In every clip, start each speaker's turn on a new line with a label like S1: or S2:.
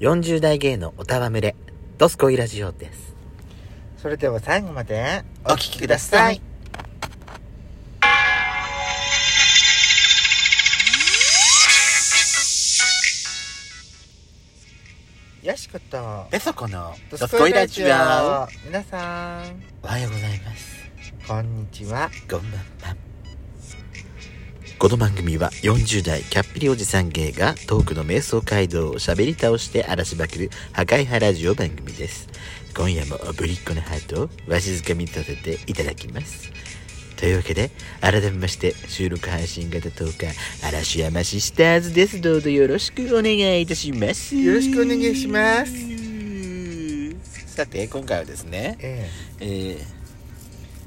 S1: 40代芸能おたわむれ、ドスコイラジオです。
S2: それでは最後までお聞きください。よしこと。
S1: ペソコの
S2: ド
S1: ド
S2: ス
S1: ス
S2: コ
S1: コ
S2: イ
S1: イ
S2: ラ
S1: ラ
S2: ジ
S1: ジ
S2: オ
S1: オ。
S2: 皆さん、
S1: おはようございます。
S2: こんにちは。
S1: こんばんは。この番組は40代キャッピリおじさん芸がトークの瞑想街道を喋り倒して荒らしまくる破壊派ラジオ番組です。今夜もぶりっ子のハートをわしづかみ立てていただきます。というわけで、改めまして収録配信型トーカー嵐山シスターズです。どうぞよろしくお願いいたします。
S2: よろしくお願いします。
S1: さて、今回はですね、
S2: え
S1: え
S2: え、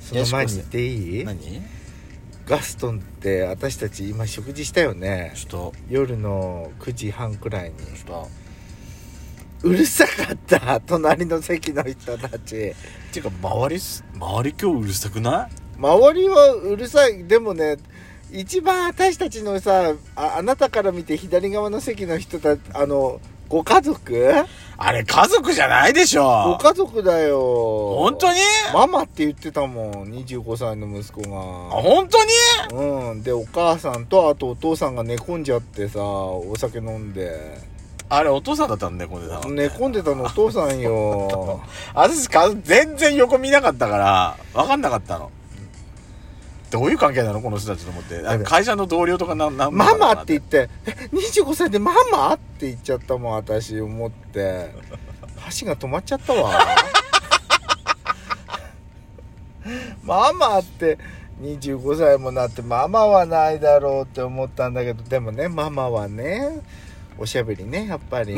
S2: その前に言ってい
S1: ー、
S2: い
S1: 何
S2: ガストンって私たち今食事したよね。
S1: ちょっと、
S2: 夜の9時半くらいに。
S1: ちょっと、
S2: うるさかった、隣の席の人たち。
S1: っていうか周りす周り今日うるさくない
S2: 周りはうるさいでもね一番私たちのさああなたから見て左側の席の人たあのご家族
S1: あれ家族じゃないでし
S2: ご
S1: ょ
S2: 家族だよ本
S1: 本当に
S2: ママって言ってたもん25歳の息子
S1: あ
S2: が
S1: 本当に
S2: うんでお母さんとあとお父さんが寝込んじゃってさお酒飲んで
S1: あれお父さんだったんだよこれだ
S2: 寝込んでたのお父さんよ
S1: 私か全然横見なかったから分かんなかったのどういう関係なのこの人たちと思ってあの会社の同僚とかなんなん
S2: ママって言って「え25歳でママ?」って言っちゃったもん私思って箸が止まっちゃったわ ママって25歳もなってママはないだろうって思ったんだけどでもねママはねおしゃべりねやっぱり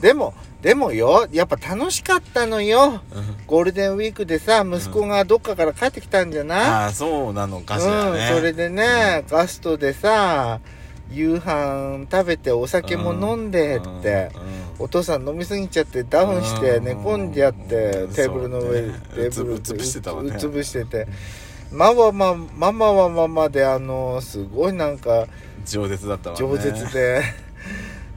S2: でもでもよやっぱ楽しかったのよゴールデンウィークでさ息子がどっかから帰ってきたんじゃない、
S1: ああそうなのかしらね、
S2: うん、それでね、ガストでさ夕飯食べてお酒も飲んでって、
S1: うんうん
S2: お父さん飲みすぎちゃってダウンして
S1: うん
S2: 寝込んじゃって、
S1: うん
S2: テーブルの
S1: そ
S2: 上、
S1: うね
S2: テーブル
S1: うつぶしてたわね
S2: うつぶしててママはマママはママであのすごいなんか
S1: 饒舌だったわね
S2: 饒舌で。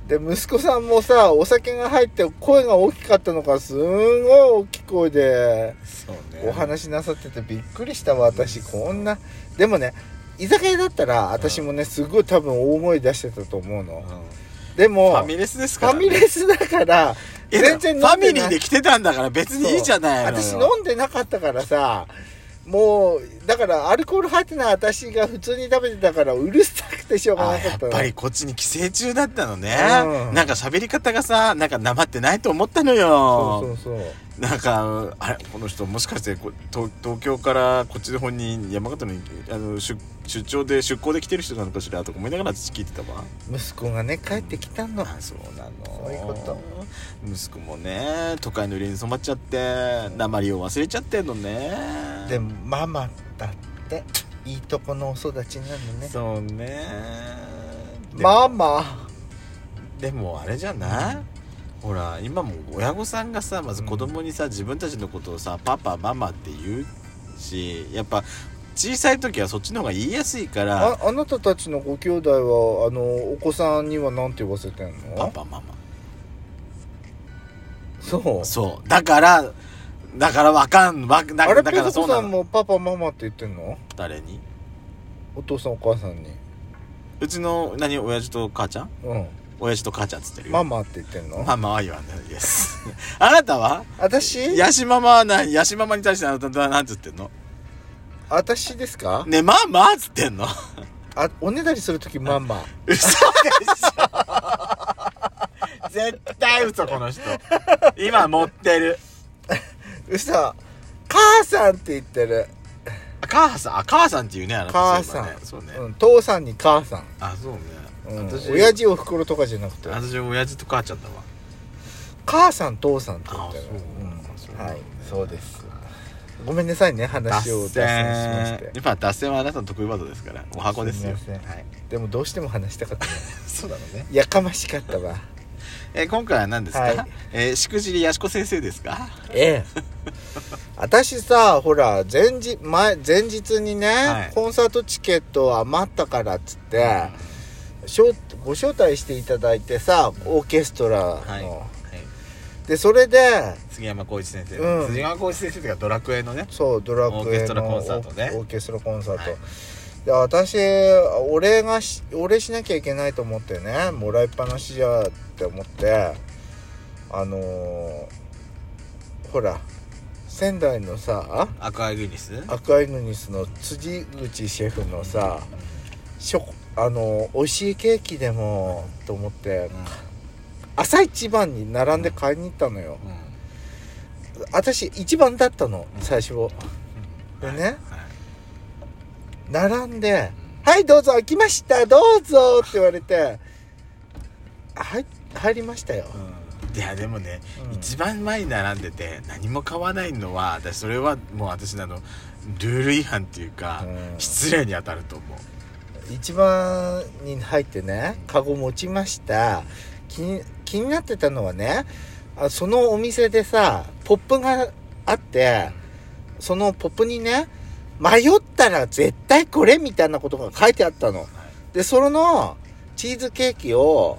S2: で息子さんもさお酒が入って声が大きかったのかすんごい大きい声で
S1: そうね
S2: お話しなさっててびっくりしたわ私こんなでもね居酒屋だったら私もねすごい多分大声出してたと思う
S1: うん
S2: の
S1: フ
S2: でも
S1: ァミレスです
S2: フ
S1: から、
S2: ァミレスだから
S1: いや
S2: 全然飲ん
S1: フ
S2: でない
S1: ァミリーで来てたんだから別にいいじゃないのよ
S2: 私飲んでなかったからさもうだからアルコール入ってない私が普通に食べてたからうるさくてしょうが
S1: あ
S2: なか
S1: や
S2: っ
S1: った
S2: の
S1: ぱりこっちに寄生虫だったのね、
S2: うん
S1: なんか喋り方がさなんかなまってないと思ったのよ
S2: そうそうそう
S1: なんかあれこの人もしかしてこ東東京からこっちの方に山形にあの出出張で出向で来てる人なのかしらとか思いながら私聞いてたわ
S2: 息子がね帰ってきたの
S1: あそうなの
S2: そういうこと
S1: 息子もね都会の家に染まっちゃって鉛を忘れちゃってんのね
S2: でもママだっていいとこのお育ちなのね
S1: そうねでも
S2: ママ
S1: でもあれじゃない、ほら今も親御さんがさまず子供にさ、自分たちのことをさパパママって言うしやっぱ小さい時はそっちの方が言いやすいから
S2: ああなたたちのご兄弟はあのお子さんには何て言わせてんの
S1: パパマ
S2: そう
S1: マそうだからだからわかんわだ
S2: あれ
S1: だ
S2: ペ
S1: からそ
S2: ソコ
S1: う
S2: さ
S1: なんの
S2: もパパママって言ってんの
S1: 誰に
S2: お父さんお母さんに
S1: うちの何親父と母ちゃん
S2: うん
S1: 親父と母ちゃんっつってるよ
S2: ママって言ってんの、
S1: ママは言わないです あなたは
S2: 私
S1: ヤシママは何ヤシママに対してあなたは何つってんの
S2: 私ですか
S1: ねママっつってんの
S2: あおねだりする時ママ
S1: 嘘でしょ絶対嘘この人今持ってる
S2: うさ母さんって言ってる
S1: あ母さんあ母さんっていうねあなた
S2: 母さ
S1: そ
S2: ん
S1: ういえばねそうね、
S2: うん、父さんに母さん、
S1: あそうね、
S2: うん、
S1: 私
S2: 親父おふくろとかじゃなくて
S1: 私親父と母ちゃんだわ
S2: 母さん父さんって言って
S1: あ
S2: る、
S1: そううん
S2: はいそうですごめんなさいね話を
S1: 脱
S2: 脱線しまし
S1: 線
S2: て
S1: やっぱ脱線はあなたの得意ワードですからお箱ですよ
S2: すいません
S1: はい、
S2: でもどうしても話したかった
S1: そうなのね、
S2: やかましかったわ
S1: えー今回は何ですか、
S2: はい
S1: えーしくじりやしこ先生ですか
S2: ええ私さほら前日前前日にね、
S1: はい
S2: コンサートチケット余ったからっつって、招ご招待していただいてさオーケストラの、
S1: はい、はい、
S2: でそれで
S1: 杉山浩一先生、
S2: うん
S1: 杉山浩一先生とかドラクエのね
S2: そうドラクエの
S1: オーケストラコンサートね
S2: オーケストラコンサート、
S1: はい
S2: で私お礼がしお礼しなきゃいけないと思ってねもらいっぱなしじゃって思ってあのーほら仙台のさ
S1: アクアイグニス
S2: アクアイヌニスの辻口シェフのさしょあのー美味しいケーキでもと思っ
S1: う
S2: て朝一番に並んで買いに行ったのよ
S1: んうん
S2: 私一番だったの最初
S1: うん
S2: でね
S1: はい
S2: 並んで「はいどうぞ来ましたどうぞ」って言われて「はい入りましたよ」
S1: うんいやでもね、
S2: うん
S1: 一番前に並んでて何も買わないのは私それはもう私なのルール違反っていうか、
S2: うん
S1: 失礼に当たると思う
S2: 一番に入ってねカゴ持ちました気に気になってたのはねあそのお店でさポップがあってそのポップにね迷ったら絶対これみたいなことが書いてあったのでそのチーズケーキを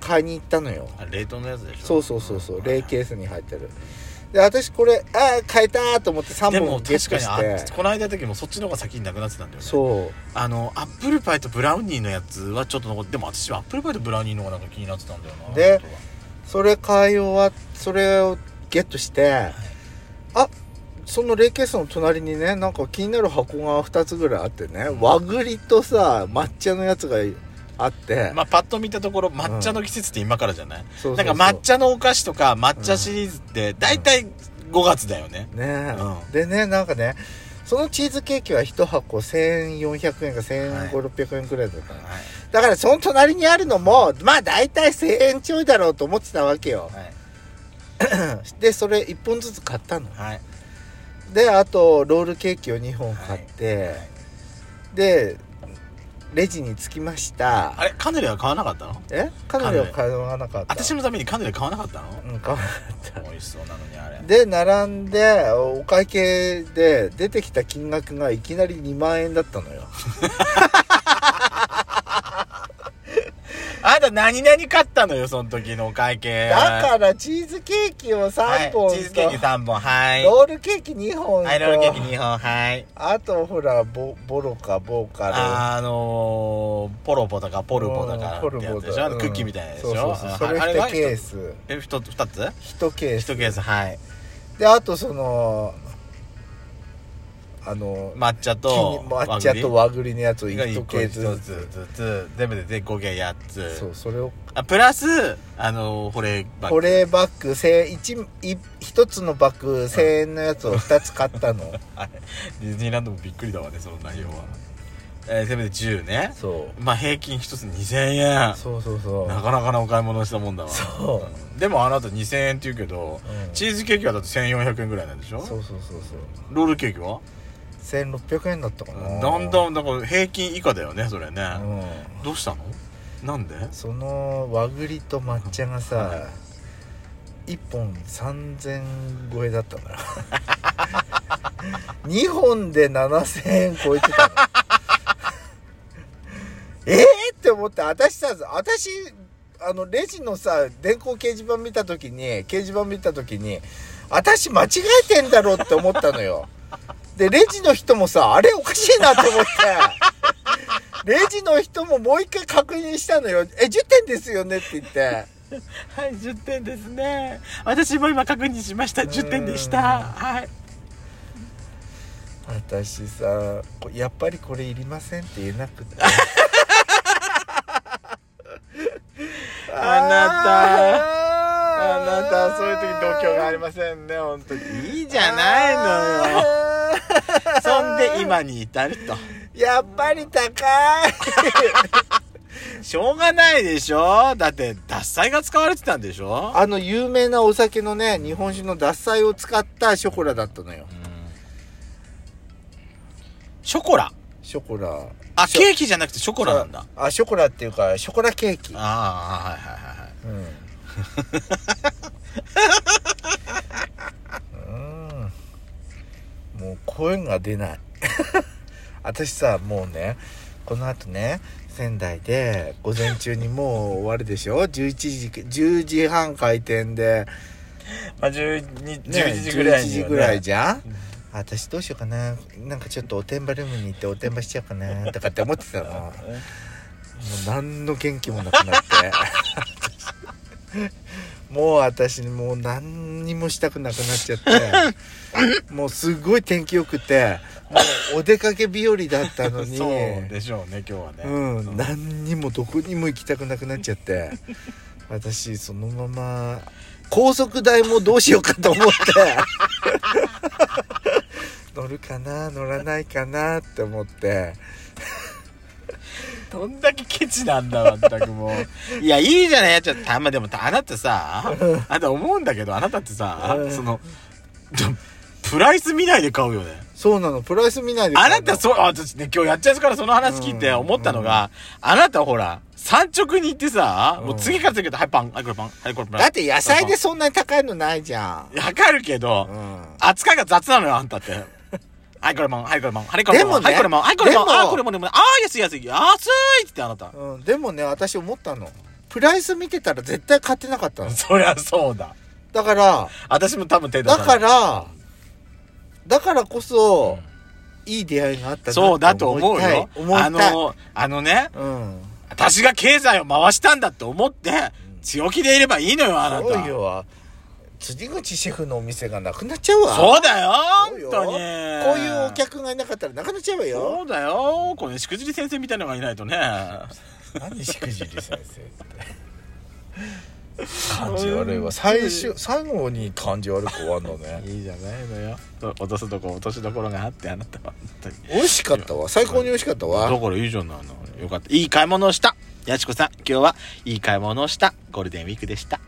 S2: 買いに行ったのよ
S1: あ冷凍のやつでしょ
S2: そうそうそうそう
S1: はい
S2: 冷ケースに入ってるで私これああ変えたーと思って3
S1: で
S2: 本
S1: も
S2: ゲッ
S1: 確
S2: トし
S1: かにあ
S2: て
S1: この間の時もそっちの方が先になくなってたんだよね
S2: そう
S1: あのアップルパイとブラウニーのやつはちょっと残ってでも私はアップルパイとブラウニーの方がなんか気になってたんだよな
S2: で
S1: 本
S2: それ買い終わっそれをゲットしてあその冷ケースの隣にねなんか気になる箱が2つぐらいあってね和栗とさ抹茶のやつがあって、
S1: 当はまあパッと見たところ抹茶の季節って今からじゃない、
S2: そうそ
S1: な
S2: うんそ
S1: か抹
S2: う
S1: 茶のお菓子とか抹茶シリーズって大体5月だよね、
S2: ね、
S1: うん
S2: でねなんかねそのチーズケーキは1箱1400円か
S1: はい
S2: 1500600円くらいだったの、
S1: はい
S2: だからその隣にあるのもまあ大体1000円ちょいだろうと思ってたわけよ
S1: はい
S2: でそれ1本ずつ買ったの
S1: はい
S2: であとロールケーキを2本買って、でレジに着きました
S1: あれカヌレは買わなかったの
S2: えカヌレを買わなかった
S1: 私のためにカヌレ買わなかったの
S2: うん買わなかっ
S1: 美味しそうなのにあれ
S2: たで並んでお会計で出てきた金額がいきなり2万円だったのよ
S1: あなた何々買ったのよその時のお会計
S2: だからチーズケーキを3本
S1: は
S2: と、
S1: い、チーズケーキ3本はい
S2: ロールケーキ2本と、
S1: はいロールケーキ2本はい
S2: あとほらボボロかボーカ
S1: あのー、ポロポだかポルポだ
S2: う
S1: か
S2: ん
S1: っ
S2: ポル
S1: て
S2: ポ
S1: や
S2: だ
S1: つでしょ、
S2: うん
S1: クッキーみたいなやつでしょ
S2: そうそうそう
S1: あ
S2: それ
S1: あれが
S2: 一ケース
S1: え一つ二つ
S2: ル1ケース
S1: 一ケースはい
S2: であとそのあの
S1: 抹茶
S2: 木に
S1: と
S2: 抹茶と和栗のやつを
S1: が
S2: 1
S1: 1個
S2: ケー
S1: ず
S2: スず
S1: つ
S2: つ
S1: ずつ全部で全合計8つ
S2: そうそれを
S1: あプラスあのー保冷バッ
S2: 保
S1: グ
S2: 冷バッグせい一一一つのバッグ1000円のやつを2つ買っ たの
S1: はいディズニーランドもびっくりだわねその内容は、えー、せめて10ね
S2: そう
S1: まあ平均1つ2000円
S2: そうそうそう
S1: なかなかなお買い物したもんだわ
S2: そう
S1: でもあなた2000円って言うけど、
S2: うん
S1: チーズケーキはだって1400円ぐらいなんでしょ
S2: そうそうそうそう
S1: ロールケーキは
S2: 1600円だったかな
S1: だんだんだから平均以下だよねそれね、
S2: うん
S1: どうしたのなんで
S2: その和栗と抹茶がさ1本3000超えだった から2本で7000円超えてたの えーって思って私さ私あのレジのさ電光掲示板見た時に掲示板見た時に私間違えてんだろうって思ったのよでレジの人もさあれおかしいなと思ってレジの人ももう一回確認したのよ「え10点ですよね」って言って
S1: はい10点ですね私も今確認しました
S2: 10点でした
S1: はい
S2: 私さこやっぱりこれいりませんって言えな くて
S1: あなたそういう時同居があり
S2: ま
S1: ませんね本当にいい
S2: す
S1: じゃないのよ
S2: よ
S1: そんで今に至ると
S2: やっぱり高い
S1: しょうがないでしょだって獺祭が使われてたんでしょ
S2: あの有名なお酒のね日本酒の獺祭を使ったショコラだったのよ
S1: ショコラ
S2: ショコラ
S1: あ
S2: ショ
S1: ケーキじゃなくてショコラなんだ
S2: あショコラっていうかショコラケーキ
S1: ああはいはいはいはい
S2: うんうん もう声が出ない私さもうねこのあとね仙台で午前中にもう終わるでしょ11時10時半開店で、
S1: まあ、12
S2: ね
S1: 11時ぐらいに、
S2: 11
S1: ね、
S2: 時ぐらいじゃん私どうしようかななんかちょっとおてんばルームに行っておてんばしちゃおうかなとかって思ってたのもう何の元気もなくなって もう私もう何にもしたくなくなっちゃ ってもうすごい天気良くてもうお出かけ日和だったのに
S1: そうでしょうね今日はね
S2: うん、何にもどこにも行きたくなくなっちゃって 私そのまま高速代もどうしようかと思って 乗るかな乗らないかなって思って
S1: どんだけケチなんだまったくもういやいいじゃないやっちゃったまでもあなたさあなた思うんだけどあなたってさ
S2: うん
S1: そのどプライス見ないで買うよね
S2: そうなのプライス見ないで
S1: あ
S2: 買うの
S1: なたそうあ私ね今日やっちゃうからその話聞いて思ったのが、あなたほら産直に行ってさ、もう次から次へと「はいパンはいこれパンはいこれパン」
S2: だって野菜でそんなに高いのないじゃん、
S1: わかるけど、
S2: うん、
S1: 扱いが雑なのよ、あんたって。はい、これもん、はい、これもん、はい、これもん、
S2: でも
S1: は
S2: ね
S1: い、これもん、はい、これもん、
S2: でも
S1: あ、これもん、でもねあー、安い、安い、安いってあなた。
S2: うん、でもね私思ったのプライス見てたら絶対買ってなかったの
S1: そりゃそうだ。
S2: だから
S1: 私も多分手出
S2: だ
S1: さない
S2: からだからこそ、いい出会いがあったな
S1: そうだと思うよ。
S2: 思いたい
S1: あの、あのね、
S2: うん
S1: 私が経済を回したんだって思って、強気でいればいいのよ、あなた。
S2: そうよ辻口シェフのお店がなくなっちゃうわ
S1: そうだよ、
S2: そ
S1: 本
S2: うよ
S1: 当に。
S2: こういうお客がいなかったらなくなっちゃうわ
S1: そ
S2: よ
S1: うだよ。これ、しくじり先生みたいなのがいないとね。
S2: 何しくじり先生って感じ悪いわ最初最後に感じ悪く終わんのね
S1: いいじゃないのよ。そう落とすとこ、落としどころがあって、あなたは。本当に
S2: 美味しかったわ最高に美味しかっ
S1: だ
S2: たわ
S1: からいいじゃないのよかったいい買い物をしたやちこさん今日はいい買い物をしたゴールデンウィークでした